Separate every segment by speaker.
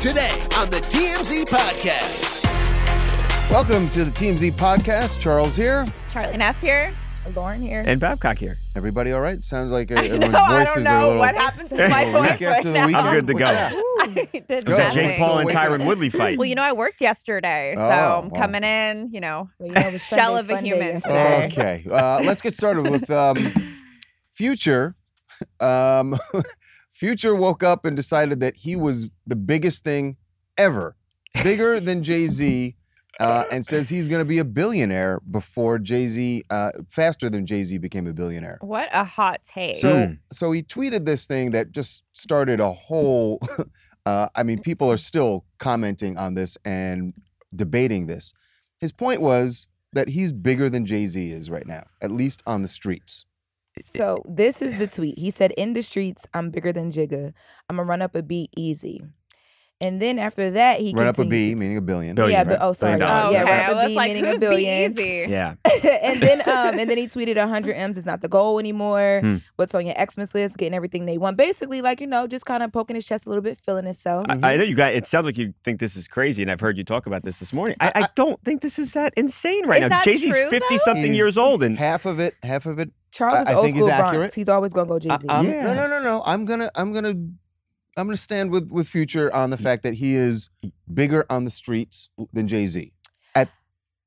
Speaker 1: Today on the TMZ Podcast.
Speaker 2: Welcome to the Team Z podcast. Charles here.
Speaker 3: Charlie Neff here. Lauren here.
Speaker 4: and Babcock here.
Speaker 2: Everybody all right? Sounds like uh,
Speaker 3: I
Speaker 2: everyone's
Speaker 3: know, I don't
Speaker 2: voices are
Speaker 3: know
Speaker 2: a little
Speaker 3: what happened to my
Speaker 2: a
Speaker 3: voice
Speaker 2: week
Speaker 3: right
Speaker 2: after the
Speaker 3: now.
Speaker 2: weekend.
Speaker 4: I'm good to
Speaker 2: What's
Speaker 4: go.
Speaker 2: that?
Speaker 3: I did
Speaker 2: go.
Speaker 4: It was that
Speaker 2: Exactly.
Speaker 4: Jake Paul and
Speaker 2: Still waking
Speaker 4: Tyron Woodley fight.
Speaker 3: Well, you know, I worked yesterday, so
Speaker 2: Oh,
Speaker 3: I'm
Speaker 2: wow.
Speaker 3: coming in, you know,
Speaker 5: Well, you know, it was
Speaker 3: shell
Speaker 5: Sunday
Speaker 3: of a
Speaker 5: fun day
Speaker 3: human
Speaker 5: yesterday.
Speaker 3: today.
Speaker 2: Okay, uh, let's get started with um, Future. Um, Future woke up and decided that he was the biggest thing ever, bigger than Jay Z, uh, and says he's going to be a billionaire before Jay Z, uh, faster than Jay Z became a billionaire.
Speaker 3: What a hot take.
Speaker 2: So,
Speaker 4: uh, Mm.
Speaker 2: so he tweeted this thing that just started a whole. Uh, I mean, people are still commenting on this and debating this. His point was that he's bigger than Jay Z is right now, at least on the streets.
Speaker 5: So this is the tweet. He said, "In the streets, I'm bigger than Jigga. I'm gonna run up a beat easy." And then after that, he
Speaker 2: Run up a B,
Speaker 5: continued to-
Speaker 2: meaning a billion.
Speaker 4: Billion,
Speaker 5: yeah,
Speaker 2: right?
Speaker 5: but oh, sorry,
Speaker 4: Billion
Speaker 3: oh,
Speaker 4: dollars,
Speaker 5: yeah,
Speaker 3: okay.
Speaker 5: run
Speaker 3: I
Speaker 5: up a
Speaker 3: was
Speaker 5: B,
Speaker 3: like,
Speaker 5: meaning
Speaker 3: who's
Speaker 5: a billion.
Speaker 3: Be easy?
Speaker 4: yeah.
Speaker 5: and then, um, and then he tweeted, "100 m's is not the goal anymore.
Speaker 4: Hmm.
Speaker 5: What's on your Xmas list? Getting everything they want. Basically, like you know, just kind of poking his chest a little bit, feeling himself.
Speaker 4: I, I know you guys. It sounds like you think this is crazy, and I've heard you talk about this this morning. I, I don't think this is that insane right
Speaker 3: Is
Speaker 4: now.
Speaker 3: that
Speaker 4: Jay Z's
Speaker 3: true,
Speaker 4: fifty
Speaker 3: though?
Speaker 4: something
Speaker 2: He's-
Speaker 4: years old, and
Speaker 2: half of it, half of it.
Speaker 5: Charles
Speaker 2: I-
Speaker 5: is
Speaker 2: I
Speaker 5: old
Speaker 2: think he's
Speaker 5: school
Speaker 2: accurate.
Speaker 5: Bronx. He's always gonna go Jay
Speaker 2: I,
Speaker 5: Z.
Speaker 2: I'm-
Speaker 4: Yeah.
Speaker 2: No, no, no, no. I'm gonna, I'm gonna, I'm gonna stand with with Future on the
Speaker 4: Mm.
Speaker 2: fact that he is bigger on the streets than Jay Z at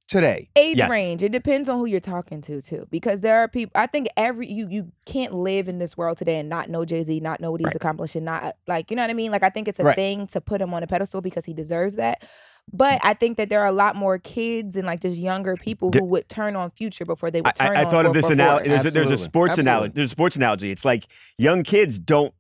Speaker 2: today.
Speaker 5: age
Speaker 4: Yes.
Speaker 5: range it depends on who you're talking to too because there are people i think every you you can't live in this world today and not know jay-z not know what he's
Speaker 4: Right.
Speaker 5: accomplishing not uh, like you know what i mean like i think it's a
Speaker 2: Right.
Speaker 5: thing to put him on a pedestal because he deserves that but i think that there are a lot more kids and like just younger people
Speaker 4: Mm. Di-
Speaker 5: who would turn on future before they
Speaker 4: I,
Speaker 5: would turn
Speaker 4: I
Speaker 5: on
Speaker 4: thought of this
Speaker 5: 444.
Speaker 4: analogy. There's a, there's a
Speaker 2: Absolutely.
Speaker 4: sports analogy.
Speaker 2: Absolutely.
Speaker 4: There's a sports analogy. It's like young kids don't.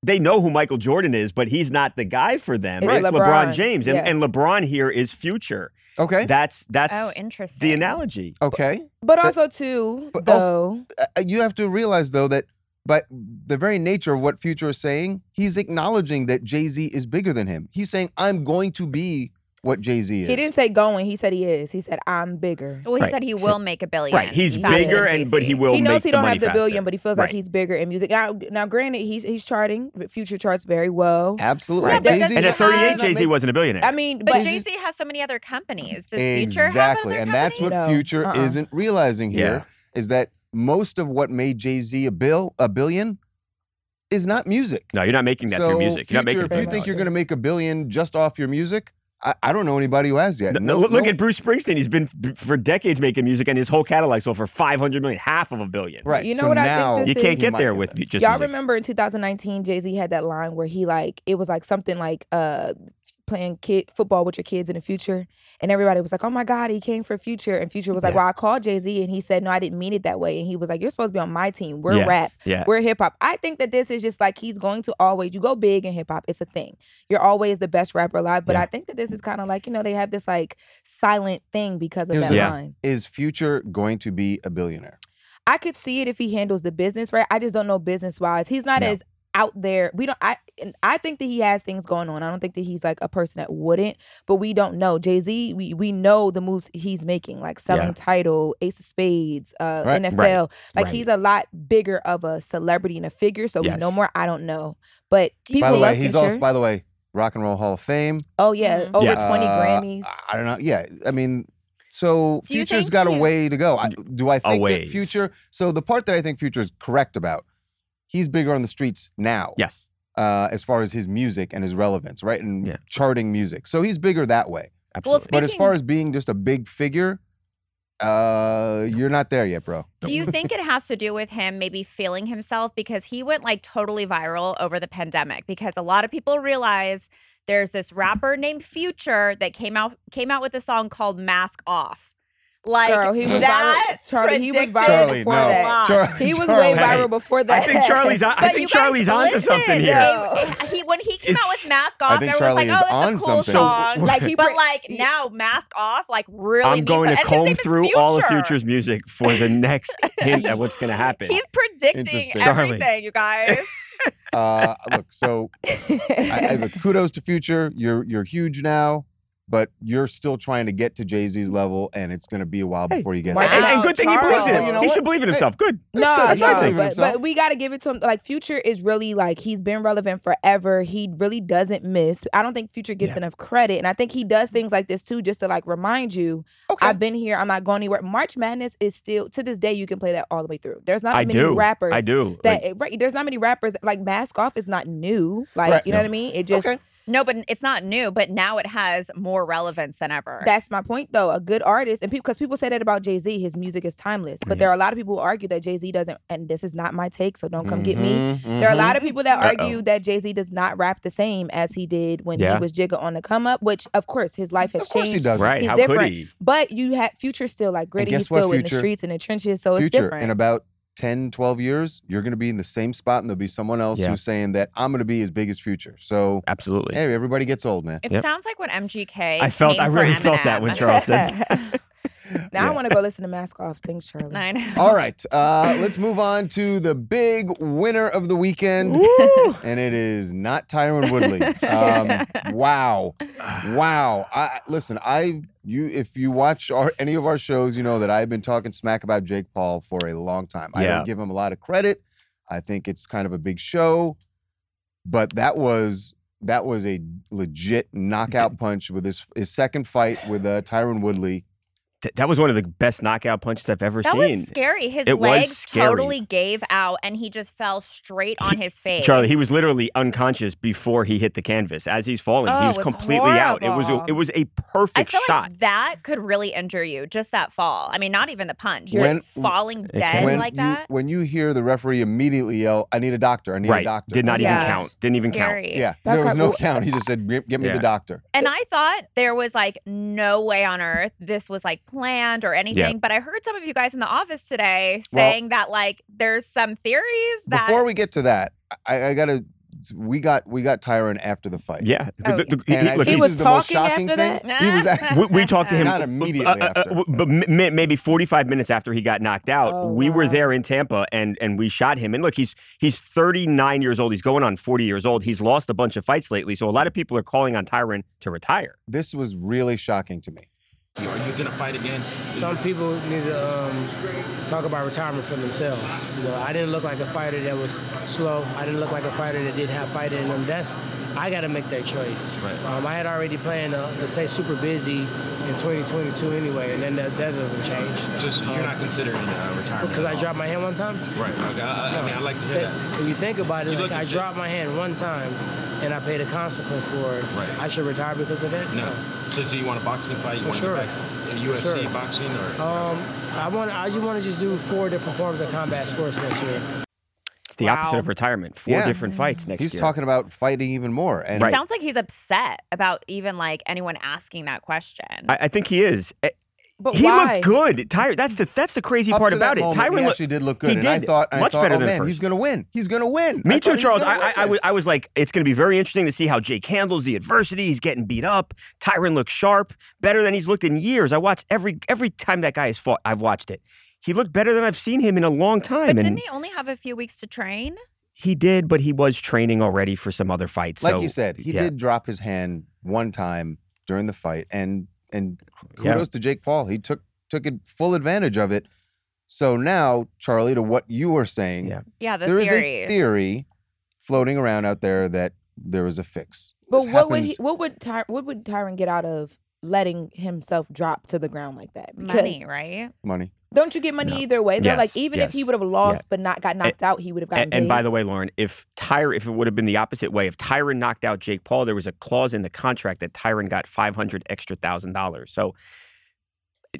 Speaker 4: They know who Michael Jordan is, but he's not the guy for them.
Speaker 5: It's
Speaker 4: It's
Speaker 5: LeBron.
Speaker 4: James, and,
Speaker 5: Yeah.
Speaker 4: and LeBron here is future.
Speaker 2: Okay.
Speaker 4: That's that's
Speaker 3: Oh, interesting.
Speaker 4: the analogy.
Speaker 2: okay.
Speaker 5: but also too
Speaker 2: but
Speaker 5: though
Speaker 2: also- uh, you have to realize though that by the very nature of what Future is saying, he's acknowledging that Jay Z is bigger than him. He's saying, "I'm going to be what Jay Z is."
Speaker 5: he didn't say going he said he is he said i'm bigger
Speaker 3: Well, he
Speaker 4: Right.
Speaker 3: said he
Speaker 4: So-
Speaker 3: will make a billion.
Speaker 4: Right. He's
Speaker 5: Faster than
Speaker 4: bigger, and but he will.
Speaker 5: he knows
Speaker 4: make
Speaker 5: he don't
Speaker 4: the money
Speaker 5: have the billion,
Speaker 4: faster.
Speaker 5: but he feels like
Speaker 4: Right.
Speaker 5: he's bigger in music. Now, now, granted, he's he's charting. Future charts very well.
Speaker 2: Absolutely.
Speaker 3: Yeah, but
Speaker 2: Jay-Z
Speaker 3: doesn't
Speaker 4: And
Speaker 3: he
Speaker 4: at 38,
Speaker 3: have-
Speaker 4: Jay Z wasn't a billionaire.
Speaker 5: I mean,
Speaker 3: But
Speaker 5: but
Speaker 3: Jay Z has so many other companies. Does Future have
Speaker 2: exactly,
Speaker 3: another
Speaker 2: and
Speaker 3: company?
Speaker 2: that's what
Speaker 5: No,
Speaker 2: Future
Speaker 5: uh-uh.
Speaker 2: isn't realizing here is that most of what made Jay Z a bill a billion is not music.
Speaker 4: no, you're not making that
Speaker 2: so
Speaker 4: through music. You're not making
Speaker 2: Future,
Speaker 4: it
Speaker 2: if
Speaker 4: through
Speaker 2: you think
Speaker 4: music.
Speaker 2: you're going to make a billion just off your music, I, I don't know anybody who has yet.
Speaker 4: No, no, look at Bruce Springsteen. He's been b- for decades making music, and his whole catalog sold for 500 million, half of a billion.
Speaker 2: right.
Speaker 5: You know
Speaker 2: so
Speaker 5: what I think
Speaker 2: now
Speaker 5: this
Speaker 4: You
Speaker 5: is-
Speaker 4: can't
Speaker 2: he
Speaker 4: get
Speaker 2: might
Speaker 4: there with just
Speaker 5: y'all
Speaker 4: music.
Speaker 5: remember in 2019, Jay Z had that line where he like it was like something like uh playing kid football with your kids in the future, and everybody was like, "Oh my God, he came for Future," and Future was like,
Speaker 4: Yeah.
Speaker 5: "Well, I called Jay Z, and he said, no, I didn't mean it that way," and he was like, "You're supposed to be on my team. We're
Speaker 4: Yeah.
Speaker 5: rap."
Speaker 4: Yeah.
Speaker 5: We're hip hop. I think that this is just like he's going to always you go big in hip hop. It's a thing. You're always the best rapper alive. But
Speaker 4: Yeah.
Speaker 5: I think that this is kind of like you know they have this like silent thing because of
Speaker 2: Here's
Speaker 5: that
Speaker 4: the- Yeah.
Speaker 5: line.
Speaker 2: Is Future going to be a billionaire?
Speaker 5: I could see it if he handles the business right. I just don't know business wise. He's not
Speaker 4: No.
Speaker 5: as out there. We don't. I and I think that he has things going on. I don't think that he's like a person that wouldn't. But we don't know Jay Z. We we know the moves he's making, like selling
Speaker 4: Yeah.
Speaker 5: title, Ace of Spades, uh,
Speaker 2: Right,
Speaker 5: NFL.
Speaker 4: right,
Speaker 5: Like
Speaker 4: right.
Speaker 5: he's a lot bigger of a celebrity and a figure. So
Speaker 4: Yes.
Speaker 5: we know more. I don't know, but people
Speaker 2: By the way,
Speaker 5: love
Speaker 2: he's
Speaker 5: Future.
Speaker 2: also by the way Rock and Roll Hall of Fame.
Speaker 5: oh yeah,
Speaker 3: Mhm.
Speaker 5: over
Speaker 4: Yeah.
Speaker 5: twenty
Speaker 2: Uh,
Speaker 5: Grammys.
Speaker 2: I don't know. Yeah, I mean, so
Speaker 3: Do you
Speaker 2: Future's
Speaker 3: think
Speaker 2: got a way
Speaker 3: he's-
Speaker 2: to go. I, do I think that
Speaker 4: ways.
Speaker 2: Future? So the part that I think Future is correct about, he's bigger on the streets now.
Speaker 4: Yes.
Speaker 2: Uh, as far as his music and his relevance, right, and
Speaker 4: Yeah.
Speaker 2: charting music, so he's bigger that way.
Speaker 4: Absolutely.
Speaker 3: speak-
Speaker 2: But as
Speaker 3: Speaking-
Speaker 2: far as being just a big figure, uh, you're not there yet, bro.
Speaker 3: Do you think it has to do with him maybe feeling himself because he went like totally viral over the pandemic because a lot of people realized there's this rapper named Future that came out came out with a song called Mask Off. Like
Speaker 5: Girl, he was
Speaker 3: that.
Speaker 5: viral. Charlie, he was viral
Speaker 3: predicted
Speaker 2: Charlie,
Speaker 5: before
Speaker 2: no.
Speaker 5: that.
Speaker 2: Char-
Speaker 5: He was
Speaker 2: Charlie.
Speaker 5: way viral before that.
Speaker 4: I think Charlie's. On, I
Speaker 3: But
Speaker 4: think
Speaker 3: you guys,
Speaker 4: Charlie's onto something
Speaker 3: listen,
Speaker 4: here.
Speaker 3: they- he, when he came
Speaker 4: It's-
Speaker 3: out with Mask Off,
Speaker 2: I think
Speaker 3: everyone
Speaker 2: Charlie
Speaker 3: was like,
Speaker 2: is
Speaker 3: "Oh, it's
Speaker 2: on
Speaker 3: a cool
Speaker 2: something."
Speaker 3: song."
Speaker 5: Like, he
Speaker 3: but
Speaker 5: pre-
Speaker 3: like
Speaker 5: he-
Speaker 3: now, Mask Off, like really.
Speaker 4: I'm
Speaker 3: means
Speaker 4: going to
Speaker 3: something. And his
Speaker 4: comb
Speaker 3: name is
Speaker 4: through all of
Speaker 3: Future.
Speaker 4: Future's music for the next hint at what's going to happen.
Speaker 3: He's predicting
Speaker 2: Interesting.
Speaker 4: Charlie.
Speaker 3: everything, you guys.
Speaker 2: Uh, look, so I, I, look, kudos to Future. You're you're huge now, but you're still trying to get to Jay Z's level, and it's going to be a while
Speaker 4: Hey,
Speaker 2: before you get
Speaker 5: Mark-
Speaker 4: and,
Speaker 2: there.
Speaker 4: and good thing he believes in
Speaker 2: Charles.
Speaker 4: it.
Speaker 2: You know
Speaker 4: he
Speaker 2: what?
Speaker 4: should believe in himself. Good.
Speaker 2: good.
Speaker 5: No, no,
Speaker 4: That's good.
Speaker 5: but,
Speaker 2: Himself.
Speaker 5: but we got to give it to him. Like Future is really like he's been relevant forever. He really doesn't miss. I don't think Future gets
Speaker 4: Yeah.
Speaker 5: enough credit, and I think he does things like this too, just to like remind you,
Speaker 2: Okay.
Speaker 5: I've been here. I'm not going anywhere. March Madness is still to this day. You can play that all the way through. There's not
Speaker 4: I
Speaker 5: many
Speaker 4: do.
Speaker 5: rappers
Speaker 4: I do.
Speaker 5: that
Speaker 4: Like,
Speaker 5: right. There's not many rappers like Mask Off is not new. Like
Speaker 2: Right.
Speaker 5: you know
Speaker 4: No.
Speaker 5: what I mean? It just
Speaker 2: Okay.
Speaker 3: No, but it's not new. But now it has more relevance than ever.
Speaker 5: That's my point, though. A good artist, and because people say that about Jay Z, his music is timeless. But
Speaker 4: Mhm.
Speaker 5: there are a lot of people who argue that Jay Z doesn't, and this is not my take, so don't come get
Speaker 4: Mm-hmm.
Speaker 5: me.
Speaker 2: Mhm,
Speaker 5: There are a
Speaker 2: mhm.
Speaker 5: lot of people that
Speaker 4: Uh-oh.
Speaker 5: argue that Jay Z does not rap the same as he did when
Speaker 4: Yeah.
Speaker 5: he was Jigga on the come up, which of course his life
Speaker 2: mm-hmm.
Speaker 5: has
Speaker 2: Of course he
Speaker 5: changed.
Speaker 2: does.
Speaker 4: right?
Speaker 5: He's
Speaker 4: How could
Speaker 5: different.
Speaker 4: he?
Speaker 5: But you had Future still like gritty,
Speaker 2: guess
Speaker 5: he's
Speaker 2: what,
Speaker 5: still in the
Speaker 2: Future?
Speaker 5: streets and the trenches, so it's
Speaker 2: Future
Speaker 5: different.
Speaker 2: in about 10, 12 years, you're going to be in the same spot, and there'll be someone else
Speaker 4: Yeah.
Speaker 2: who's saying that I'm going to be as big as Future. So
Speaker 4: Absolutely.
Speaker 2: hey, everybody gets old, man.
Speaker 3: It
Speaker 4: Yep.
Speaker 3: sounds like when MGK.
Speaker 4: I felt.
Speaker 3: came
Speaker 4: I
Speaker 3: for
Speaker 4: really felt that
Speaker 3: Eminem.
Speaker 4: when Charles said.
Speaker 5: now
Speaker 2: Yeah.
Speaker 5: I want to go listen to Mask Off. Thanks, Charlie.
Speaker 3: I know.
Speaker 2: All right, uh, let's move on to the big winner of the weekend,
Speaker 4: Woo!
Speaker 2: and it is not Tyron Woodley. Um, wow, wow! I listen. I you if you watch our, any of our shows, you know that I've been talking smack about Jake Paul for a long time. I
Speaker 4: Yeah.
Speaker 2: don't give him a lot of credit. I think it's kind of a big show, but that was that was a legit knockout punch with his his second fight with uh, Tyron Woodley.
Speaker 4: Th- that was one of the best knockout punches I've ever
Speaker 3: That
Speaker 4: seen.
Speaker 3: was scary. His
Speaker 4: It was
Speaker 3: legs
Speaker 4: scary.
Speaker 3: totally gave out, and he just fell straight on his face.
Speaker 4: Charlie, he was literally unconscious before he hit the canvas. As he's falling,
Speaker 3: Oh,
Speaker 4: he
Speaker 3: it
Speaker 4: was,
Speaker 3: was
Speaker 4: completely out. It was a,
Speaker 3: horrible.
Speaker 4: it was a
Speaker 3: I
Speaker 4: perfect
Speaker 3: feel
Speaker 4: shot.
Speaker 3: like that could really injure you. Just that fall. I mean, not even the punch. You're
Speaker 2: When-
Speaker 3: just falling
Speaker 4: can.
Speaker 3: dead
Speaker 2: when
Speaker 3: like
Speaker 2: you,
Speaker 3: that.
Speaker 2: When you hear the referee immately yell, "I need a doctor! I need a
Speaker 4: right.
Speaker 2: doctor!"
Speaker 4: Did not
Speaker 3: Yeah.
Speaker 4: even count. Didn't even
Speaker 3: Scary.
Speaker 2: Yeah,
Speaker 5: That
Speaker 2: there was
Speaker 5: guy-
Speaker 2: no
Speaker 5: well-
Speaker 2: count. He just said, "Get get me
Speaker 4: Yeah.
Speaker 2: the doctor."
Speaker 3: And I thought there was like no way on earth this was like planned or anything. But I heard some of you guys in the office today
Speaker 2: Well-
Speaker 3: saying that like there's some theories that
Speaker 2: Before we get to that, I, I gotta. We got we got Tyron after the fight.
Speaker 4: count. Yeah.
Speaker 3: Oh,
Speaker 4: The- the-
Speaker 2: and I
Speaker 4: look,
Speaker 2: think
Speaker 5: He
Speaker 2: this
Speaker 5: was
Speaker 2: is the most
Speaker 5: talking
Speaker 2: shocking
Speaker 5: after
Speaker 2: thing.
Speaker 3: that?
Speaker 2: He was. act-
Speaker 4: we, we talked to him uh,
Speaker 2: Not immediately after.
Speaker 4: but m- m- maybe 45 minutes after he got knocked out
Speaker 5: Oh,
Speaker 4: we were
Speaker 5: wow.
Speaker 4: there in tampa and and we shot him and look he's he's 39 years old he's going on 40 years old he's lost a bunch of fights lately so a lot of people are calling on tyron to retire
Speaker 2: This was really shocking to me.
Speaker 6: Are you gonna fight again?
Speaker 7: Some people need to um, talk about retirement for themselves. You know, I didn't look like a fighter that was slow. I didn't look like a fighter that didn't have fight in them. That's I got to make that choice.
Speaker 6: Right.
Speaker 7: Um, I had already planned to, to stay super busy in 2022 anyway, and then that, that doesn't change.
Speaker 6: Just you're not considering uh, retirement.
Speaker 7: Because I dropped my hand one time.
Speaker 6: Right. Okay. I, I, I mean, I like to hear
Speaker 7: That-
Speaker 6: that.
Speaker 7: When you think about it,
Speaker 6: You
Speaker 7: like
Speaker 6: look
Speaker 7: I
Speaker 6: at-
Speaker 7: dropped my hand one time, and I paid a consequence for it.
Speaker 6: Right.
Speaker 7: I should retire because of that.
Speaker 6: No. So, so you want a boxing fight? You
Speaker 7: For
Speaker 6: want
Speaker 7: sure.
Speaker 6: to get back in UFC
Speaker 7: sure.
Speaker 6: boxing or?
Speaker 7: Um, I want. I just want to just do four different forms of combat sports next year.
Speaker 4: it's the opposite
Speaker 3: Wow.
Speaker 4: of retirement four
Speaker 2: Yeah. Mm.
Speaker 4: different fights next
Speaker 2: He's
Speaker 4: year
Speaker 2: talking about fighting even more. And
Speaker 4: Right.
Speaker 3: sounds like he's upset about even like anyone asking that question.
Speaker 4: I, I think he is Eh,
Speaker 5: But
Speaker 4: he
Speaker 5: why?
Speaker 4: looked good tyron that's the that's the crazy
Speaker 2: up
Speaker 4: part
Speaker 2: to
Speaker 4: about
Speaker 2: that
Speaker 4: it
Speaker 2: moment,
Speaker 4: tyron
Speaker 2: he
Speaker 4: look-
Speaker 2: actually did look
Speaker 4: he
Speaker 2: good. and I
Speaker 4: did.
Speaker 2: thought, I
Speaker 4: much
Speaker 2: thought,
Speaker 4: better
Speaker 2: oh
Speaker 4: than
Speaker 2: man,
Speaker 4: first.
Speaker 2: he's gonna win. He's gonna win. I
Speaker 4: Me
Speaker 2: thought
Speaker 4: too,
Speaker 2: he
Speaker 4: Charles.
Speaker 2: gonna
Speaker 4: I, I,
Speaker 2: win
Speaker 4: I, was,
Speaker 2: this.
Speaker 4: I was like, it's going to be very interesting to see how Jake handles the adversity. He's getting beat up. Tyron looks sharp, better than he's looked in years. I watch every every time that guy has fought. I've watched it. He looked better than I've seen him in a long time,
Speaker 3: but
Speaker 4: and
Speaker 3: didn't he only have a few weeks to train?
Speaker 4: he did. But he was training already for some other fights.
Speaker 2: like
Speaker 4: so,
Speaker 2: you said, he
Speaker 4: yeah.
Speaker 2: did drop his hand one time during the fight, and and
Speaker 4: Yeah.
Speaker 2: kudos to Jake Paul. He took took it full advantage of it. So now, Charlie, to what you were saying,
Speaker 4: Yeah.
Speaker 3: Yeah, the
Speaker 2: there is
Speaker 3: theories.
Speaker 2: a theory floating around out there that there was a fix.
Speaker 5: But
Speaker 2: This
Speaker 5: what would he,
Speaker 2: happens-
Speaker 5: what would Ty, what would Tyron get out of letting himself drop to the ground like that? Because
Speaker 3: Money, right?
Speaker 2: money?
Speaker 5: don't you get money
Speaker 4: No.
Speaker 5: either way? Though,
Speaker 4: Yes,
Speaker 5: like even if he
Speaker 4: yes,
Speaker 5: would have lost but not got knocked out, he would have
Speaker 4: A-
Speaker 5: gotten
Speaker 4: And, by the way, Lauren, if Tyron, if it would have been the opposite way, if Tyron knocked out Jake Paul, there was a clause in the contract that Tyron got five hundred extra thousand dollars. So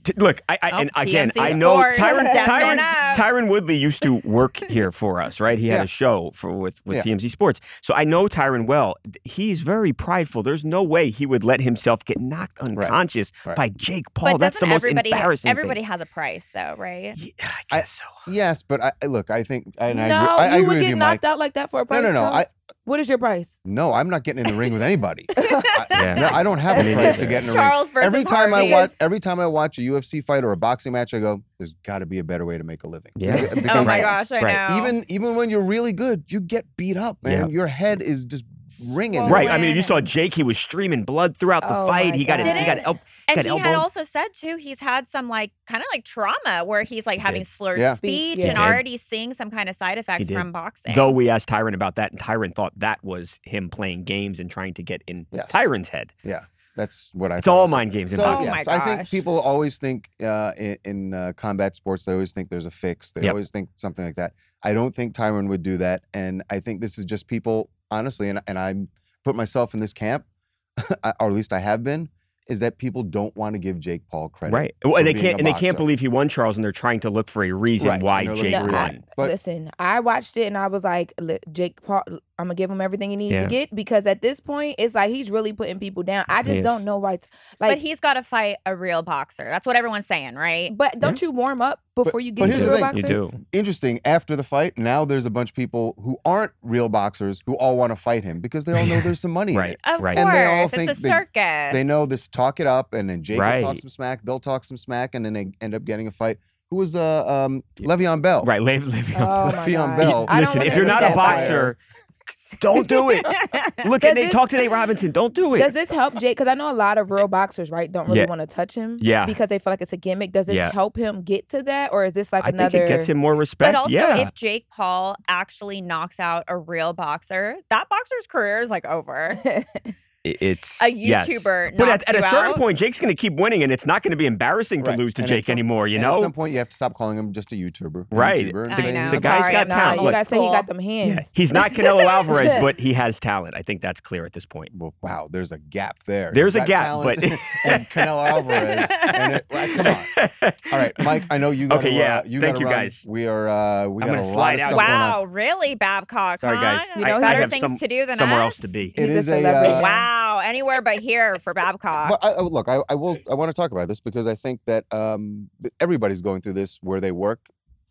Speaker 4: T- Look, I, I
Speaker 3: Oh,
Speaker 4: and again,
Speaker 3: TMZ
Speaker 4: I know
Speaker 3: Sports,
Speaker 4: Tyron,
Speaker 3: stepping
Speaker 4: Tyron,
Speaker 3: up.
Speaker 4: Tyron Woodley used to work here for us, right? He had
Speaker 2: Yeah.
Speaker 4: a show for with with
Speaker 2: Yeah.
Speaker 4: TMZ Sports, so I know Tyron well. He's very prideful. There's no way he would let himself get knocked unconscious
Speaker 2: Right.
Speaker 4: by Jake Paul.
Speaker 3: but
Speaker 4: That's
Speaker 3: doesn't
Speaker 4: the most
Speaker 3: everybody
Speaker 4: embarrassing.
Speaker 3: everybody
Speaker 4: thing.
Speaker 3: has a price though, right?
Speaker 4: Yeah, I guess
Speaker 2: Yes, but I I- look. I think and
Speaker 5: no,
Speaker 2: I agree, I, I
Speaker 5: you
Speaker 2: agree
Speaker 5: would
Speaker 2: with
Speaker 5: get
Speaker 2: you, Mike.
Speaker 5: knocked out like that for a
Speaker 2: No,
Speaker 5: price.
Speaker 2: no, no, I-
Speaker 5: Charles? what is your price?
Speaker 2: No, I'm not getting in the ring with anybody. I,
Speaker 4: Yeah.
Speaker 2: no, I don't have
Speaker 4: Me
Speaker 2: a place to
Speaker 4: neither.
Speaker 2: get in the
Speaker 3: Charles
Speaker 2: ring.
Speaker 3: versus
Speaker 2: Every time
Speaker 3: Harvey.
Speaker 2: I watch, every time I watch a UFC fight or a boxing match, I go, "There's got to be a better way to make a living."
Speaker 4: Yeah.
Speaker 2: Because-
Speaker 3: Oh
Speaker 2: because
Speaker 3: my
Speaker 4: Right.
Speaker 3: gosh, I
Speaker 4: Right.
Speaker 3: know.
Speaker 2: Even even when you're really good, you get beat up, man.
Speaker 4: Yeah.
Speaker 2: Your head is just ringing.
Speaker 4: so.
Speaker 3: Well,
Speaker 4: Right. I mean,
Speaker 3: when-
Speaker 4: you saw Jake; he was streaming blood throughout the
Speaker 5: Oh
Speaker 4: fight.
Speaker 5: my
Speaker 4: He got it. He got
Speaker 3: Didn't-
Speaker 4: el-
Speaker 3: and
Speaker 4: got
Speaker 3: he had
Speaker 4: elbowed.
Speaker 3: also said too, he's had some like kind of like trauma where he's like having
Speaker 4: did.
Speaker 3: slurred
Speaker 2: Yeah.
Speaker 5: Speech,
Speaker 3: speech
Speaker 5: yeah.
Speaker 3: and
Speaker 4: He did.
Speaker 3: already seeing some kind of side effects
Speaker 4: did.
Speaker 3: from boxing.
Speaker 4: Though we asked Tyron about that, and Tyron thought that was him playing games and trying to get in
Speaker 2: Yes.
Speaker 4: Tyron's head.
Speaker 2: Yeah, that's what I.
Speaker 4: It's
Speaker 2: thought
Speaker 4: all
Speaker 2: was
Speaker 4: mind
Speaker 2: up.
Speaker 4: games in
Speaker 2: So,
Speaker 4: boxing.
Speaker 3: Oh my
Speaker 2: yes, I think
Speaker 3: gosh.
Speaker 2: people always think uh, in, in uh, combat sports, they always think there's a fix. They
Speaker 4: Yep.
Speaker 2: always think something like that. I don't think Tyron would do that, and I think this is just people, honestly, and and I put myself in this camp, I- or at least I have been, is that people don't want to give Jake Paul credit.
Speaker 4: Right. Well, and
Speaker 2: for
Speaker 4: they
Speaker 2: being
Speaker 4: can't
Speaker 2: a
Speaker 4: and they can't
Speaker 2: boxer.
Speaker 4: believe he won Charles and they're trying to look for a reason
Speaker 2: Right, and
Speaker 4: why
Speaker 2: they're
Speaker 4: Jake
Speaker 2: looking
Speaker 5: for a
Speaker 4: won.
Speaker 2: But-
Speaker 5: Listen, I watched it and I was like, "Look, Jake Paul, I'm gonna give him everything he needs
Speaker 4: Yeah.
Speaker 5: to get because at this point, it's like he's really putting people down. I just
Speaker 4: Yes.
Speaker 5: don't know why. T- like,
Speaker 3: but he's got to fight a real boxer. That's what everyone's saying, right?
Speaker 5: but don't you warm up before you
Speaker 2: but
Speaker 5: get
Speaker 2: here's
Speaker 5: into
Speaker 2: the
Speaker 5: a
Speaker 2: thing.
Speaker 4: You
Speaker 5: boxers?
Speaker 4: do.
Speaker 2: Interesting. After the fight, now there's a bunch of people who aren't real boxers who all want to fight him because they all know there's some money in
Speaker 4: Right.
Speaker 2: it.
Speaker 3: Of
Speaker 4: Mm. right.
Speaker 3: course,
Speaker 2: And they all think
Speaker 3: it's a
Speaker 2: they-
Speaker 3: circus.
Speaker 2: They know this talk it up, and then Jake will
Speaker 4: Right.
Speaker 2: talk some smack. They'll talk some smack, and then they end up getting a fight. Who was uh, um, Le'Veon Bell?
Speaker 4: Right. Lev, Le'Veon.
Speaker 5: Oh my
Speaker 2: Le'Veon
Speaker 5: God.
Speaker 2: Bell.
Speaker 5: I don't
Speaker 4: Listen,
Speaker 5: wanna
Speaker 4: if you're
Speaker 5: see
Speaker 4: not a
Speaker 5: that fight.
Speaker 4: boxer, don't do it. Look
Speaker 5: Does
Speaker 4: at they
Speaker 5: it-
Speaker 4: talk to Nate Robinson. Don't do it.
Speaker 5: Does this help Jake? Because I know a lot of real boxers, right, don't really
Speaker 4: Yeah.
Speaker 5: want to touch him
Speaker 4: Yeah.
Speaker 5: because they feel like it's a gimmick. Does this
Speaker 4: Yeah.
Speaker 5: help him get to that, or is this like
Speaker 4: I
Speaker 5: another?
Speaker 4: think it gets him more respect.
Speaker 3: But also,
Speaker 4: yeah.
Speaker 3: if Jake Paul actually knocks out a real boxer, that boxer's career is like over.
Speaker 4: I- it's
Speaker 3: a
Speaker 4: yes.
Speaker 3: YouTuber
Speaker 4: But
Speaker 3: knocks
Speaker 4: at, at a
Speaker 3: you
Speaker 4: certain
Speaker 3: out.
Speaker 4: point, Jake's going to keep winning, and it's not going to be embarrassing to
Speaker 2: Right.
Speaker 4: lose to
Speaker 2: And at
Speaker 4: Jake
Speaker 2: some-
Speaker 4: anymore. You
Speaker 2: and At
Speaker 4: know.
Speaker 2: some point, you have to stop calling him just a YouTuber. a
Speaker 4: Right.
Speaker 2: YouTuber and
Speaker 3: I
Speaker 2: say
Speaker 3: know.
Speaker 2: he's
Speaker 4: The
Speaker 2: a
Speaker 4: guy's
Speaker 3: Sorry,
Speaker 4: got
Speaker 3: nah,
Speaker 4: talent.
Speaker 5: you
Speaker 4: Look,
Speaker 5: gotta say he
Speaker 3: cool.
Speaker 5: got them
Speaker 4: yeah,
Speaker 5: hands.
Speaker 4: he's not Canelo Alvarez, but he has talent. I think that's clear at this point.
Speaker 2: well, wow, there's a gap there.
Speaker 4: There's
Speaker 2: He's got
Speaker 4: a gap,
Speaker 2: talent
Speaker 4: but-
Speaker 2: and Canelo Alvarez. And it, well, come on. All right, Mike. I know you. Gotta,
Speaker 4: Okay, yeah.
Speaker 2: Uh, you
Speaker 4: Thank
Speaker 2: gotta
Speaker 4: you,
Speaker 2: run.
Speaker 4: guys.
Speaker 2: We are. Uh, we
Speaker 4: I'm
Speaker 2: got a
Speaker 4: gonna
Speaker 2: lot
Speaker 4: slide
Speaker 2: of
Speaker 4: out.
Speaker 2: stuff going on.
Speaker 3: wow, really, Babcock?
Speaker 4: Sorry,
Speaker 3: huh?
Speaker 4: guys.
Speaker 5: You know,
Speaker 4: I,
Speaker 5: he
Speaker 4: I
Speaker 3: better
Speaker 4: have
Speaker 3: things
Speaker 4: some,
Speaker 3: to do than
Speaker 4: somewhere
Speaker 3: us?
Speaker 4: else to be.
Speaker 2: It
Speaker 5: He's a
Speaker 2: is a.
Speaker 5: celebrity.
Speaker 2: uh,
Speaker 3: Wow, anywhere but here for Babcock.
Speaker 2: But I, I- look, I, I will. I want to talk about this because I think that um, th- everybody's going through this where they work.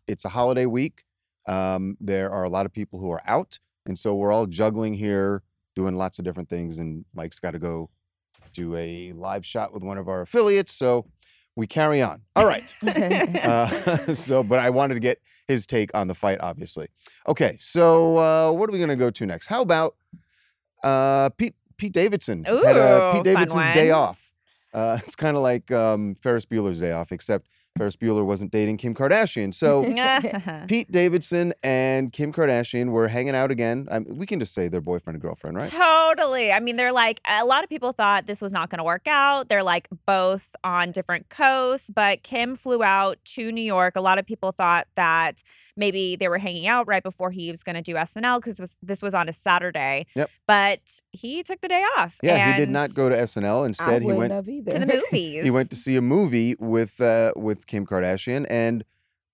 Speaker 2: It's a holiday week. Um, there are a lot of people who are out, and so we're all juggling here, doing lots of different things. And Mike's got to go do a live shot with one of our affiliates, so we carry on. All right. uh, so, but I wanted to get his take on the fight, obviously. Okay, so uh, what are we going to go to next? How about uh, Pete Pete Davidson had uh,
Speaker 3: Ooh, fun
Speaker 2: Pete Davidson's day
Speaker 3: one.
Speaker 2: off. Uh, it's kind of like um, Ferris Bueller's day off, except Ferris Bueller wasn't dating Kim Kardashian. So Pete Davidson and Kim Kardashian were hanging out again. Um, we can just say they're boyfriend and girlfriend, right?
Speaker 3: Totally. I mean, they're like, a lot of people thought this was not going to work out. They're like both on different coasts, but Kim flew out to New York. A lot of people thought that maybe they were hanging out right before he was going to do SNL because was, this was on a Saturday.
Speaker 2: Yep.
Speaker 3: But he took the day off.
Speaker 2: Yeah, he did not
Speaker 3: and
Speaker 2: go to SNL.
Speaker 5: I
Speaker 2: Instead, he
Speaker 5: wouldn't
Speaker 2: went
Speaker 5: have either.
Speaker 3: to the movies.
Speaker 2: he went to see a movie with uh, with Kim Kardashian, and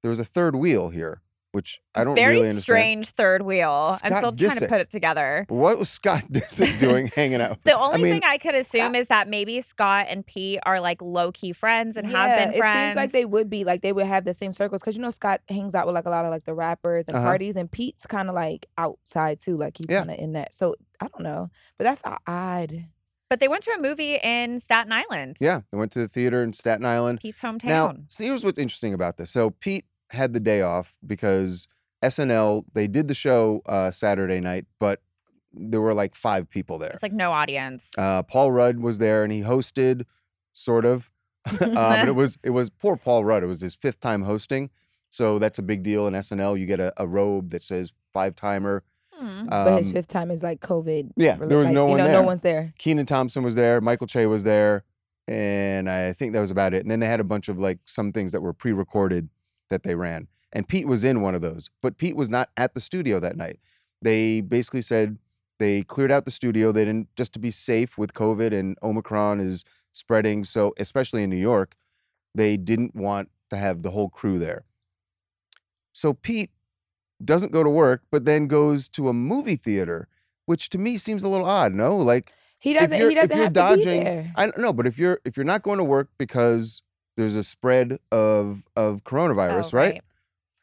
Speaker 2: there was a third wheel here, which I don't
Speaker 3: Very
Speaker 2: really understand.
Speaker 3: strange third wheel. I'm
Speaker 2: Scott
Speaker 3: still trying to
Speaker 2: Disick.
Speaker 3: put it together.
Speaker 2: What was Scott Disick doing hanging out?
Speaker 3: The only
Speaker 2: mean,
Speaker 3: thing I could assume
Speaker 5: Scott-
Speaker 3: is that maybe Scott and Pete are like low key friends and have
Speaker 5: Yeah,
Speaker 3: been friends.
Speaker 5: It seems like they would be like they would have the same circles because you know Scott hangs out with like a lot of like the rappers and
Speaker 2: Uh-huh.
Speaker 5: parties, and Pete's kind of like outside too, like he's
Speaker 2: Yeah.
Speaker 5: kind of in that. So I don't know, but that's o- odd.
Speaker 3: But they went to a movie in Staten Island.
Speaker 2: Yeah, they went to the theater in Staten Island.
Speaker 3: Pete's hometown.
Speaker 2: Now, so here's what's interesting about this. So Pete had the day off because SNL they did the show uh, Saturday night, but there were like five people there.
Speaker 3: it's like no audience.
Speaker 2: Uh, Paul Rudd was there, and he hosted, sort of. um, and it was it was poor Paul Rudd. It was his fifth time hosting, so that's a big deal in SNL. You get a, a robe that says five timer.
Speaker 3: Hmm.
Speaker 5: but his
Speaker 2: Um,
Speaker 5: fifth time is like COVID.
Speaker 2: yeah,
Speaker 5: rela-
Speaker 2: there was
Speaker 5: like,
Speaker 2: no
Speaker 5: you
Speaker 2: one
Speaker 5: know,
Speaker 2: there.
Speaker 5: No one's there.
Speaker 2: Keenan Thompson was there, Michael Che was there, and I think that was about it. And then they had a bunch of like some things that were pre-recorded that they ran. And Pete was in one of those, but Pete was not at the studio that night. They basically said they cleared out the studio. They didn't just to be safe with COVID and Omicron is spreading. So especially in New York, They didn't want to have the whole crew there. So Pete doesn't go to work, but then goes to a movie theater, which to me seems a little odd. No, like
Speaker 5: He doesn't.
Speaker 2: you're-
Speaker 5: He
Speaker 2: if
Speaker 5: doesn't
Speaker 2: you're
Speaker 5: have to be
Speaker 2: dodging-
Speaker 5: there.
Speaker 2: I don't know, but if you're if you're not going to work because there's a spread of of coronavirus,
Speaker 3: Oh,
Speaker 2: right?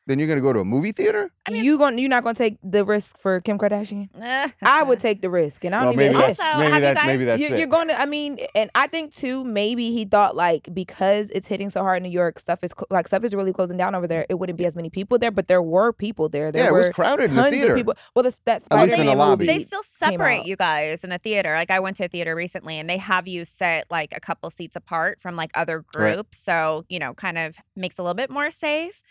Speaker 2: Then you're going to go to a movie theater.
Speaker 3: I mean-
Speaker 5: you going you're not gonna take the risk for Kim Kardashian. I would take the risk, and I
Speaker 2: well,
Speaker 5: don't
Speaker 2: maybe
Speaker 5: even.
Speaker 2: that's
Speaker 3: Also,
Speaker 2: maybe
Speaker 3: have you
Speaker 2: that maybe
Speaker 3: guys-
Speaker 2: that's
Speaker 5: you're,
Speaker 2: it.
Speaker 5: you're going to. I mean, and I think too. Maybe he thought like because it's hitting so hard in New York, stuff is cl- like stuff is really closing down over there. It wouldn't be as many people there, but there were people there. There
Speaker 2: yeah, it
Speaker 5: were
Speaker 2: was crowded in
Speaker 5: tons
Speaker 2: the theater.
Speaker 5: of people. Well, that's that's
Speaker 2: At least
Speaker 5: Spider
Speaker 2: in
Speaker 5: Man
Speaker 2: the lobby.
Speaker 3: They
Speaker 2: movie
Speaker 3: still
Speaker 5: came
Speaker 3: separate
Speaker 5: out.
Speaker 3: you guys in the theater. Like I went to a theater recently and they have you sit like a couple seats apart from like other
Speaker 2: Right.
Speaker 3: groups. So, you know, kind of makes a little bit more safe.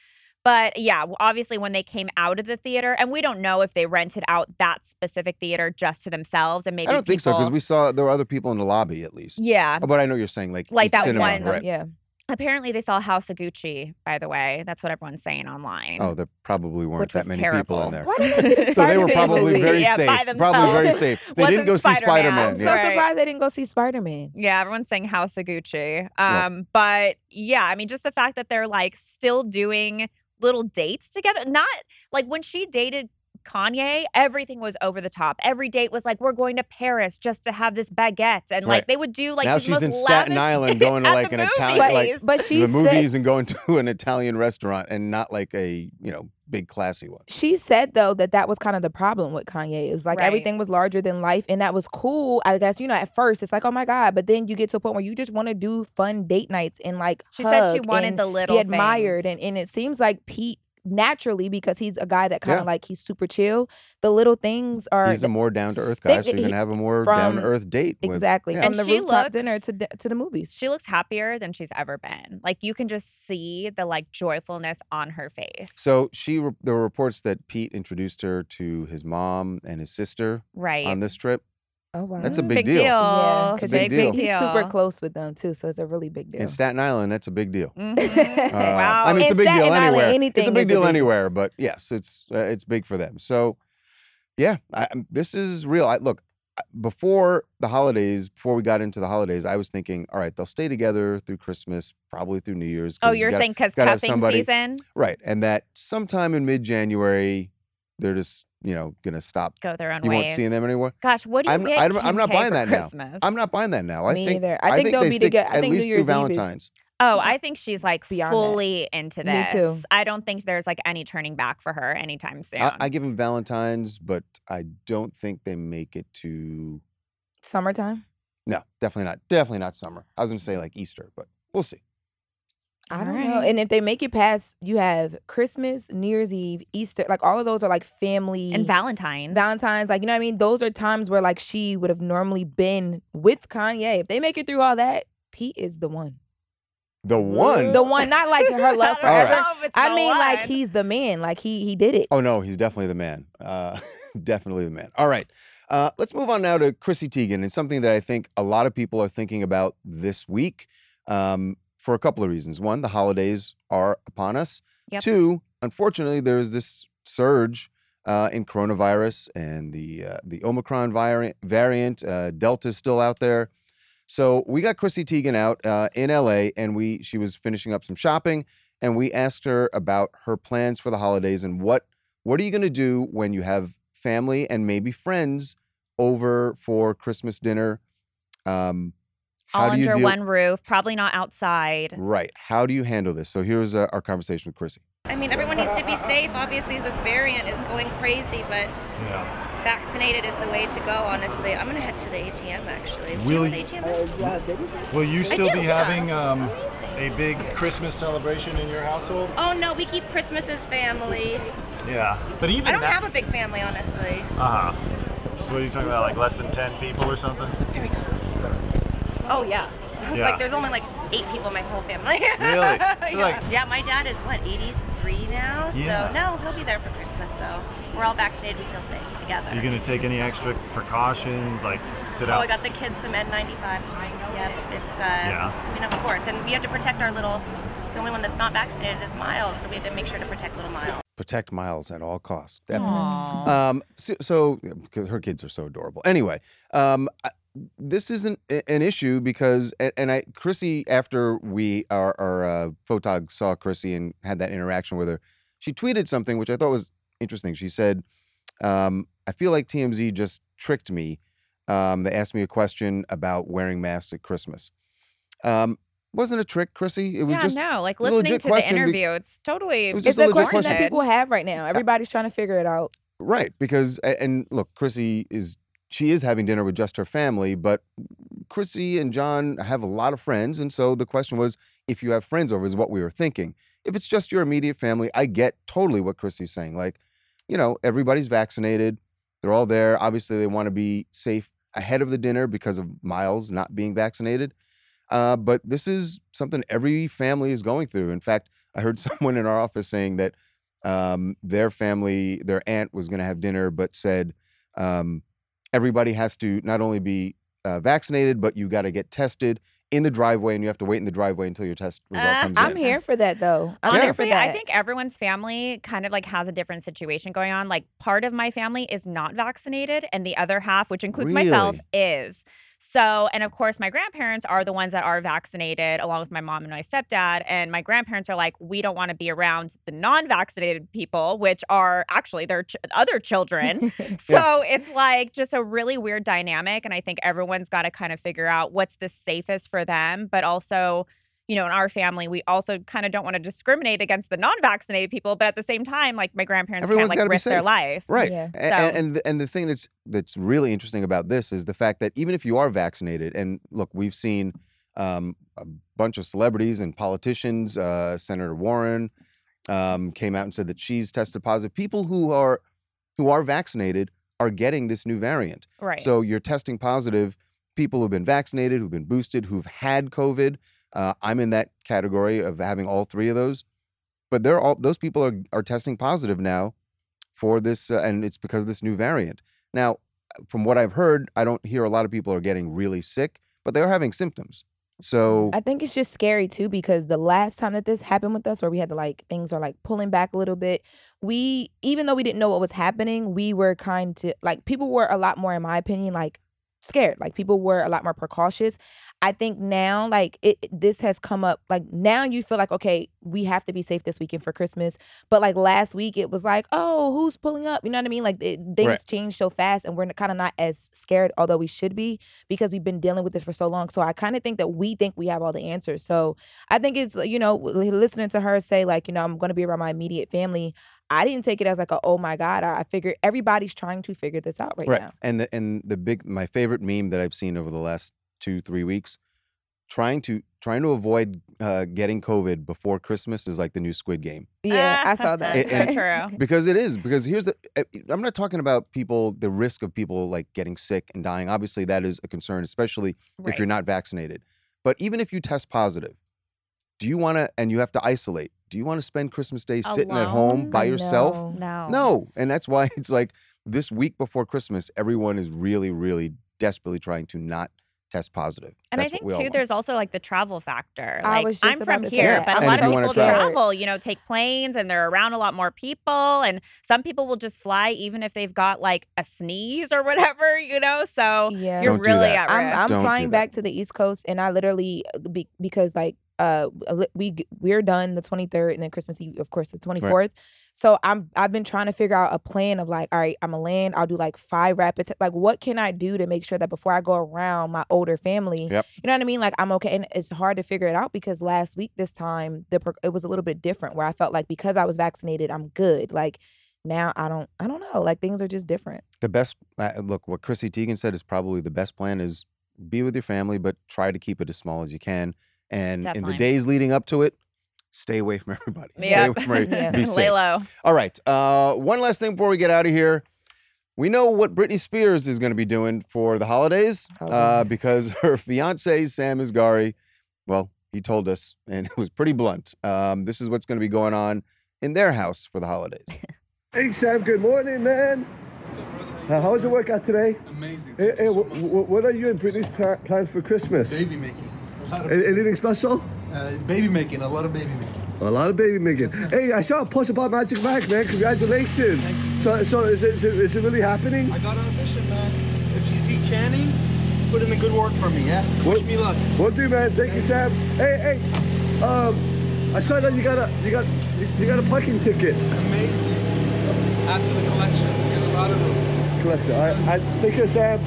Speaker 3: But yeah, w- obviously when they came out of the theater, and we don't know if they rented out that specific theater just to themselves and maybe
Speaker 2: I don't think so because
Speaker 3: people-
Speaker 2: we saw there were other people in the lobby at least.
Speaker 3: Yeah.
Speaker 2: Oh, but I know what you're saying like
Speaker 3: Like
Speaker 2: each
Speaker 3: that
Speaker 2: cinema,
Speaker 3: one-
Speaker 2: right?
Speaker 5: Yeah,
Speaker 3: Apparently they saw House of Gucci, by the way. That's what everyone's saying online.
Speaker 2: Oh, there probably weren't
Speaker 3: Which
Speaker 2: that
Speaker 3: was
Speaker 2: many people
Speaker 3: terrible.
Speaker 2: in there.
Speaker 5: why did I see the
Speaker 2: So they were
Speaker 5: Spider-Man
Speaker 2: probably
Speaker 5: movie?
Speaker 2: very
Speaker 3: Yeah, by
Speaker 2: safe. Probably very
Speaker 3: themselves.
Speaker 2: safe. They didn't
Speaker 3: Wasn't
Speaker 2: go see Spider
Speaker 3: Spider-Man.
Speaker 2: Man.
Speaker 5: I'm so
Speaker 2: Yeah.
Speaker 3: Right.
Speaker 5: surprised they didn't go see Spider Man.
Speaker 3: Yeah, everyone's saying House of Gucci. Um, but yeah, I mean, just the fact that they're like still doing little dates together. Not like when she dated Kanye, everything was over the top. Every date was like, we're going to Paris just to have this baguette, and
Speaker 2: Right.
Speaker 3: like they would do like
Speaker 2: now
Speaker 3: these
Speaker 2: she's
Speaker 3: most
Speaker 2: in Staten
Speaker 3: lavish-
Speaker 2: Island going to
Speaker 3: at
Speaker 2: like
Speaker 3: the
Speaker 2: an Italian like
Speaker 3: movies.
Speaker 5: But she
Speaker 2: the
Speaker 5: said
Speaker 2: movies and going to an Italian restaurant and not like a you know big classy one.
Speaker 5: she said though that that was kind of the problem with Kanye. It was like
Speaker 3: Right.
Speaker 5: everything was larger than life, and that was cool. I guess you know at first it's like oh my god, but then you get to a point where you just want to do fun date nights and like
Speaker 3: She said she
Speaker 5: hug
Speaker 3: wanted
Speaker 5: and
Speaker 3: the little
Speaker 5: be admired,
Speaker 3: things.
Speaker 5: and and it seems like Pete naturally because he's a guy that kind of
Speaker 2: Yeah.
Speaker 5: like he's super chill. The little things are
Speaker 2: He's a more down to earth
Speaker 5: They-
Speaker 2: guy, so you're
Speaker 5: he-
Speaker 2: gonna have a more
Speaker 5: from-
Speaker 2: down to earth date. With,
Speaker 5: exactly
Speaker 2: yeah.
Speaker 5: from
Speaker 3: And
Speaker 5: the
Speaker 3: she
Speaker 5: rooftop
Speaker 3: looks-
Speaker 5: dinner to the, to the movies.
Speaker 3: she looks happier than she's ever been. Like you can just see the like joyfulness on her face.
Speaker 2: So she re- there were reports that Pete introduced her to his mom and his sister
Speaker 3: right,
Speaker 2: on this trip,
Speaker 5: Oh wow,
Speaker 2: um, That's a
Speaker 3: Mm,
Speaker 2: big deal.
Speaker 3: Oh,
Speaker 5: yeah,
Speaker 2: It's a
Speaker 5: because
Speaker 2: big
Speaker 5: he's,
Speaker 2: deal.
Speaker 5: he's super close with them too, so it's a really big deal.
Speaker 2: in Staten Island. That's a big deal.
Speaker 3: Mhm.
Speaker 5: Uh,
Speaker 2: Uh,
Speaker 3: wow.
Speaker 2: I mean, it's
Speaker 5: And
Speaker 2: a big deal
Speaker 5: Staten Island,
Speaker 2: anywhere. it's a
Speaker 5: anything
Speaker 2: big
Speaker 5: is a
Speaker 2: deal
Speaker 5: big deal.
Speaker 2: anywhere, but yes, it's uh, it's big for them. So, yeah, I, I'm- this is real. I, look, I- before the holidays, before we got into the holidays, I was thinking, all right, they'll stay together through Christmas, probably through New Year's.
Speaker 3: oh,
Speaker 2: 'cause you
Speaker 3: you're
Speaker 2: gotta-
Speaker 3: saying because
Speaker 2: gotta have
Speaker 3: cuffing
Speaker 2: somebody-
Speaker 3: season?
Speaker 2: right, and that sometime in mid-January, they're just you know gonna stop.
Speaker 3: Go their own
Speaker 2: You
Speaker 3: ways.
Speaker 2: won't see them anymore.
Speaker 3: Gosh, what do you
Speaker 2: I'm-
Speaker 3: get?
Speaker 2: I don't- I'm
Speaker 3: Kim
Speaker 2: not
Speaker 3: K
Speaker 2: buying
Speaker 3: for
Speaker 2: that now.
Speaker 3: Christmas?
Speaker 2: I'm not buying that now. I
Speaker 5: Me
Speaker 2: think
Speaker 5: either. I think they'll
Speaker 2: they
Speaker 5: be
Speaker 2: stick
Speaker 5: together- I
Speaker 2: at
Speaker 5: think New
Speaker 2: least through
Speaker 5: Year's Eve is-
Speaker 2: Valentine's.
Speaker 3: Oh, I think she's like
Speaker 5: Beyond that.
Speaker 3: fully into
Speaker 5: Me
Speaker 3: this.
Speaker 5: too.
Speaker 3: I don't think there's like any turning back for her anytime soon.
Speaker 2: I, I give them Valentine's, but I don't think they make it to
Speaker 5: Summertime.
Speaker 2: No, definitely not. Definitely not summer. I was going to say like Easter, but we'll see.
Speaker 5: I
Speaker 3: All
Speaker 5: don't know.
Speaker 3: right.
Speaker 5: And if they make it past, you have Christmas, New Year's Eve, Easter, like all of those are like family
Speaker 3: and Valentine's.
Speaker 5: Valentine's, like you know what I mean? Those are times where like she would have normally been with Kanye. If they make it through all that, Pete is the one.
Speaker 2: The one.
Speaker 5: The one, not like her love
Speaker 3: I don't
Speaker 5: forever.
Speaker 3: know if it's
Speaker 5: I
Speaker 3: the
Speaker 5: mean, like
Speaker 3: one.
Speaker 5: he's the man. Like he he did it.
Speaker 2: Oh no, he's definitely the man. Uh, definitely the man. All right. Uh, let's move on now to Chrissy Teigen and something that I think a lot of people are thinking about this week um, for a couple of reasons. One, the holidays are upon us.
Speaker 3: Yep.
Speaker 2: Two, unfortunately, there is this surge uh, in coronavirus and the uh, the Omicron variant. variant uh, Delta's still out there. So we got Chrissy Teigen out uh, in LA, and we she was finishing up some shopping, and we asked her about her plans for the holidays and what what are you going to do when you have family and maybe friends over for Christmas dinner? Um, how
Speaker 3: all
Speaker 2: do you
Speaker 3: under
Speaker 2: deal-
Speaker 3: one roof, probably not outside.
Speaker 2: Right. How do you handle this? So here's uh, our conversation with Chrissy.
Speaker 8: I mean, everyone needs to be safe. Obviously, this variant is going crazy, but vaccinated is the way to go. Honestly, I'm gonna head to the ATM. Actually, Do you
Speaker 9: Will
Speaker 8: know
Speaker 9: you-
Speaker 8: what ATM is?
Speaker 9: Will you still
Speaker 8: do,
Speaker 9: be
Speaker 8: yeah.
Speaker 9: having um, a
Speaker 8: Amazing.
Speaker 9: big Christmas celebration in your household?
Speaker 8: Oh no, we keep Christmas as family.
Speaker 9: Yeah, but even
Speaker 8: I don't
Speaker 9: that.
Speaker 8: have a big family, honestly.
Speaker 9: uh huh. So what are you talking about? Like less than ten people or something?
Speaker 8: Here we go. Oh yeah.
Speaker 9: Yeah.
Speaker 8: like there's only like eight people in my whole family.
Speaker 9: Really?
Speaker 8: yeah.
Speaker 9: Like-
Speaker 8: yeah, my dad is what 83 now.
Speaker 9: Yeah.
Speaker 8: So no, he'll be there for Christmas though. We're all vaccinated. We feel safe together.
Speaker 9: You gonna take any extra precautions? Like sit
Speaker 8: Oh,
Speaker 9: out?
Speaker 8: I got the kids some N95s. Yep, it's, uh,
Speaker 9: Yeah.
Speaker 8: I mean, of course. And we have to protect our little, the only one that's not vaccinated is Miles, so we have to make sure to protect little Miles.
Speaker 2: Protect Miles at all costs. Definitely. Um, so, so yeah, because her kids are so adorable. Anyway, um, I, this isn't a- an issue because a- and I Chrissy after we our our uh, photog saw Chrissy and had that interaction with her, she tweeted something which I thought was interesting. She said, um, "I feel like TMZ just tricked me. Um, they asked me a question about wearing masks at Christmas. Um, wasn't a trick, Chrissy. It was
Speaker 3: yeah,
Speaker 2: just
Speaker 3: no, like
Speaker 2: it was a
Speaker 3: listening
Speaker 2: legit
Speaker 3: to the
Speaker 2: question be-
Speaker 3: interview, it's totally.
Speaker 2: It was
Speaker 5: It's
Speaker 2: just
Speaker 5: the
Speaker 2: a legit
Speaker 5: question that
Speaker 2: question.
Speaker 5: people have right now. Everybody's trying to figure it out.
Speaker 2: Right, because a- and look, Chrissy is she is having dinner with just her family, but Chrissy and John have a lot of friends, and so the question was, if you have friends over, is what we were thinking. If it's just your immediate family, I get totally what Chrissy's saying. Like, you know, everybody's vaccinated, they're all there. Obviously, they want to be safe ahead of the dinner because of Miles not being vaccinated. Uh, but this is something every family is going through. In fact, I heard someone in our office saying that um, their family, their aunt was going to have dinner, but said um, everybody has to not only be uh, vaccinated, but you got to get tested in the driveway, and you have to wait in the driveway until your test result
Speaker 3: Uh,
Speaker 2: comes
Speaker 5: I'm
Speaker 2: in.
Speaker 5: here for that though. I'm here for
Speaker 3: Honestly,
Speaker 5: that.
Speaker 3: I think everyone's family kind of like has a different situation going on. Like part of my family is not vaccinated, and the other half, which includes myself, is. So, and of course, my grandparents are the ones that are vaccinated, along with my mom and my stepdad. And my grandparents are like, we don't want to be around the non-vaccinated people, which are actually their ch- other children. So it's like just a really weird dynamic. And I think everyone's got to kind of figure out what's the safest for them. But also, you know, in our family, we also kind of don't want to discriminate against the non vaccinated people. But at the same time, like my grandparents
Speaker 2: Everyone's
Speaker 3: can't
Speaker 2: gotta
Speaker 3: like
Speaker 2: be
Speaker 3: risk their
Speaker 2: safe.
Speaker 3: lives.
Speaker 2: Right.
Speaker 5: Yeah.
Speaker 2: A- And,
Speaker 3: So-
Speaker 2: and the, and the thing that's that's really interesting about this is the fact that even if you are vaccinated, and look, we've seen um, a bunch of celebrities and politicians, uh, Senator Warren um, came out and said that she's tested positive. People who are who are vaccinated are getting this new variant.
Speaker 3: Right.
Speaker 2: So you're testing positive people who've been vaccinated, who've been boosted, who've had COVID. Uh, I'm in that category of having all three of those, but they're all those people are are testing positive now for this, uh, and it's because of this new variant. Now, from what I've heard, I don't hear a lot of people are getting really sick, but they are having symptoms. So
Speaker 5: Mm, I think it's just scary too because the last time that this happened with us, where we had to like things are like pulling back a little bit, we even though we didn't know what was happening, we were kind to like people were a lot more, in my opinion, like scared. Like people were a lot more precautious. I think now like it this has come up like now you feel like okay, we have to be safe this weekend for Christmas, but like last week it was like oh who's pulling up, you know what I mean? Like it, things
Speaker 2: Right.
Speaker 5: change so fast and we're kind of not as scared, although we should be because we've been dealing with this for so long. So I kind of think that we think we have all the answers. So I think it's you know li- listening to her say like you know I'm going to be around my immediate family. I didn't take it as like a oh my god. I I figure everybody's trying to figure this out right, now.
Speaker 2: And the and the big my favorite meme that I've seen over the last two three weeks, trying to trying to avoid uh, getting COVID before Christmas is like the new Squid Game
Speaker 5: Yeah, I saw that.
Speaker 2: It-
Speaker 3: so
Speaker 2: and-
Speaker 3: true.
Speaker 2: because it is because here's the I- I'm not talking about people the risk of people like getting sick and dying. Obviously, that is a concern, especially if you're
Speaker 3: Right.
Speaker 2: not vaccinated. But even if you test positive, do you want to and you have to isolate? Do you want to spend Christmas Day sitting at home
Speaker 3: Alone?
Speaker 2: by
Speaker 5: I
Speaker 2: yourself?
Speaker 3: No.
Speaker 5: know.
Speaker 2: No. And that's why it's like this week before Christmas, everyone is really, really desperately trying to not test positive.
Speaker 3: And I
Speaker 2: That's what
Speaker 3: think
Speaker 2: we
Speaker 3: too,
Speaker 2: all want.
Speaker 3: there's also like the travel factor.
Speaker 5: I
Speaker 3: Like
Speaker 5: was just
Speaker 3: I'm
Speaker 5: about
Speaker 3: from
Speaker 5: to say
Speaker 3: here,
Speaker 2: that.
Speaker 3: but
Speaker 2: And
Speaker 3: a lot
Speaker 2: you
Speaker 3: of
Speaker 2: wanna
Speaker 3: people
Speaker 2: travel.
Speaker 3: travel, you know, take planes and they're around a lot more people. And some people will just fly even if they've got like a sneeze or whatever, you know. So
Speaker 5: Yeah.
Speaker 3: you're
Speaker 2: Don't do
Speaker 3: really
Speaker 2: that.
Speaker 3: at risk.
Speaker 5: I'm, I'm
Speaker 2: Don't do
Speaker 5: flying
Speaker 2: that.
Speaker 5: back to the East Coast, and I literally be, because like uh li- we g- we're done the 23rd, and then Christmas Eve, of course, the 24th. So I'm I've been trying to figure out a plan of like, all right, I'm gonna land. I'll do like five rapid te- like what can I do to make sure that before I go around my older family,
Speaker 2: Yep.
Speaker 5: you know what I mean? Like I'm okay, and it's hard to figure it out because last week this time the pro- it was a little bit different where I felt like because I was vaccinated, I'm good. Like now I don't I don't know. Like things are just different.
Speaker 2: the best uh, look, what Chrissy Teigen said is probably the best plan is be with your family, but try to keep it as small as you can. And in
Speaker 3: Definitely.
Speaker 2: the days leading up to it, stay away from everybody. Stay
Speaker 3: Yep.
Speaker 2: away from everybody.
Speaker 5: Yeah.
Speaker 2: Be safe.
Speaker 3: Lay low.
Speaker 2: All right. Uh, one last thing before we get out of here. We know what Britney Spears is going to be doing for the holidays
Speaker 5: Oh,
Speaker 2: uh,
Speaker 5: boy.
Speaker 2: because her fiance, Sam Isgari, well, he told us, and it was pretty blunt. Um, this is what's going to be going on in their house for the holidays.
Speaker 10: Hey Sam, good morning, man. Uh, how's your workout today? Amazing. Hey, hey, wh- wh- what are you and Britney's pla- plans for Christmas? Baby making. Anything special?
Speaker 9: Uh, baby making, a lot of baby making.
Speaker 10: A lot of baby making. Hey, I saw a post about Magic Mike, man. Congratulations. So, so is it, is it is it really happening?
Speaker 9: I got an audition, man. If you see Channing, put in a good word for me, yeah?
Speaker 10: Wish me luck. Will do, man. Thank you, Sam. Hey, hey. Um, I saw that you got a you got you, you got a parking ticket.
Speaker 11: Amazing. Add to the collection. There's a lot of them.
Speaker 10: Collector. I, I thank you, Sam.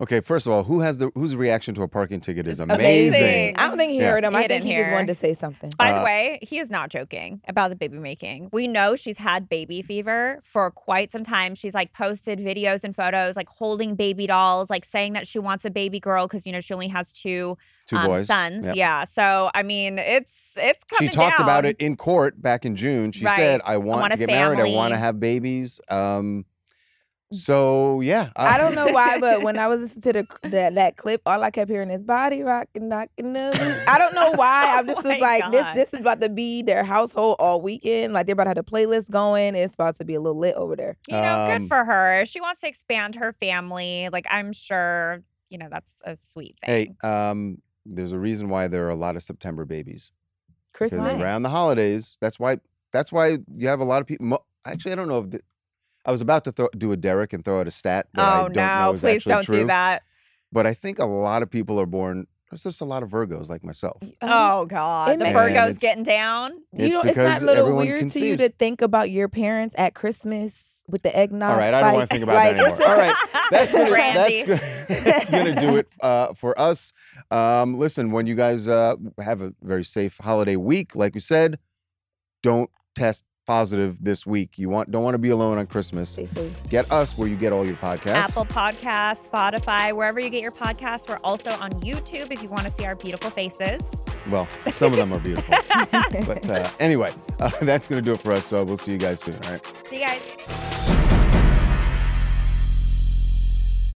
Speaker 2: Okay, first of all, who has the whose reaction to a parking ticket is amazing.
Speaker 5: amazing. I don't think he
Speaker 2: Yeah.
Speaker 5: heard him. I
Speaker 3: He
Speaker 5: think
Speaker 3: didn't
Speaker 5: he just
Speaker 3: hear.
Speaker 5: wanted to say something.
Speaker 3: By
Speaker 2: Uh,
Speaker 3: the way, he is not joking about the baby making. We know she's had baby fever for quite some time. She's like posted videos and photos, like holding baby dolls, like saying that she wants a baby girl because you know she only has two,
Speaker 2: Two
Speaker 3: um,
Speaker 2: boys.
Speaker 3: sons.
Speaker 2: Yep.
Speaker 3: Yeah. So I mean, it's it's
Speaker 2: She
Speaker 3: coming.
Speaker 2: talked
Speaker 3: down.
Speaker 2: about it in court back in June. She
Speaker 3: Right.
Speaker 2: said,
Speaker 3: I
Speaker 2: "I want,
Speaker 3: want
Speaker 2: to
Speaker 3: a
Speaker 2: get married. I want
Speaker 3: family." Mm.
Speaker 2: to have babies." Um, so yeah, uh,
Speaker 5: I don't know why, but when I was listening to the, that that clip, all I kept hearing is body rocking, knocking the beat." I don't know why. I just
Speaker 3: Oh
Speaker 5: was
Speaker 3: my
Speaker 5: like, this
Speaker 3: God.
Speaker 5: this is about to be their household all weekend. Like they're about to have the playlist going. It's about to be a little lit over there.
Speaker 3: You know,
Speaker 2: Um,
Speaker 3: good for her. She wants to expand her family. Like I'm sure, you know, that's a sweet thing.
Speaker 2: Hey, um, there's a reason why there are a lot of September babies because
Speaker 5: Christmas.
Speaker 2: around the holidays, that's why. That's why you have a lot of people. Mo- actually, I don't know if the, I was about to throw, do a Derek and throw out a stat that I
Speaker 3: oh
Speaker 2: don't know
Speaker 3: no,
Speaker 2: is
Speaker 3: please
Speaker 2: actually
Speaker 3: don't
Speaker 2: true.
Speaker 3: do that.
Speaker 2: But I think a lot of people are born. There's just a lot of Virgos like myself.
Speaker 3: Oh God.
Speaker 5: it
Speaker 3: The
Speaker 5: makes-
Speaker 2: it's-
Speaker 3: Virgo's getting down.
Speaker 5: You
Speaker 2: It's
Speaker 5: know, it's
Speaker 2: because
Speaker 5: not a little
Speaker 2: everyone
Speaker 5: weird to you
Speaker 2: conceives.
Speaker 5: to think about your parents at Christmas with the eggnog.
Speaker 2: All right, I don't want to think
Speaker 5: spikes.
Speaker 2: about that
Speaker 5: Like, it's
Speaker 2: anymore. All right, that's gonna, that's gonna, that's
Speaker 3: Randy.
Speaker 2: gonna do it uh, for us. Um, listen, when you guys uh, have a very safe holiday week, like we said, don't test positive this week. You want don't want to be alone on Christmas.
Speaker 5: Stay safe.
Speaker 2: Get us where you get all your podcasts.
Speaker 3: Apple Podcasts, Spotify, wherever you get your podcasts. We're also on YouTube if you want to see our beautiful faces.
Speaker 2: Well, some of them are beautiful, but uh, anyway, uh, that's gonna do it for us. So we'll see you guys soon. All right.
Speaker 3: See you guys.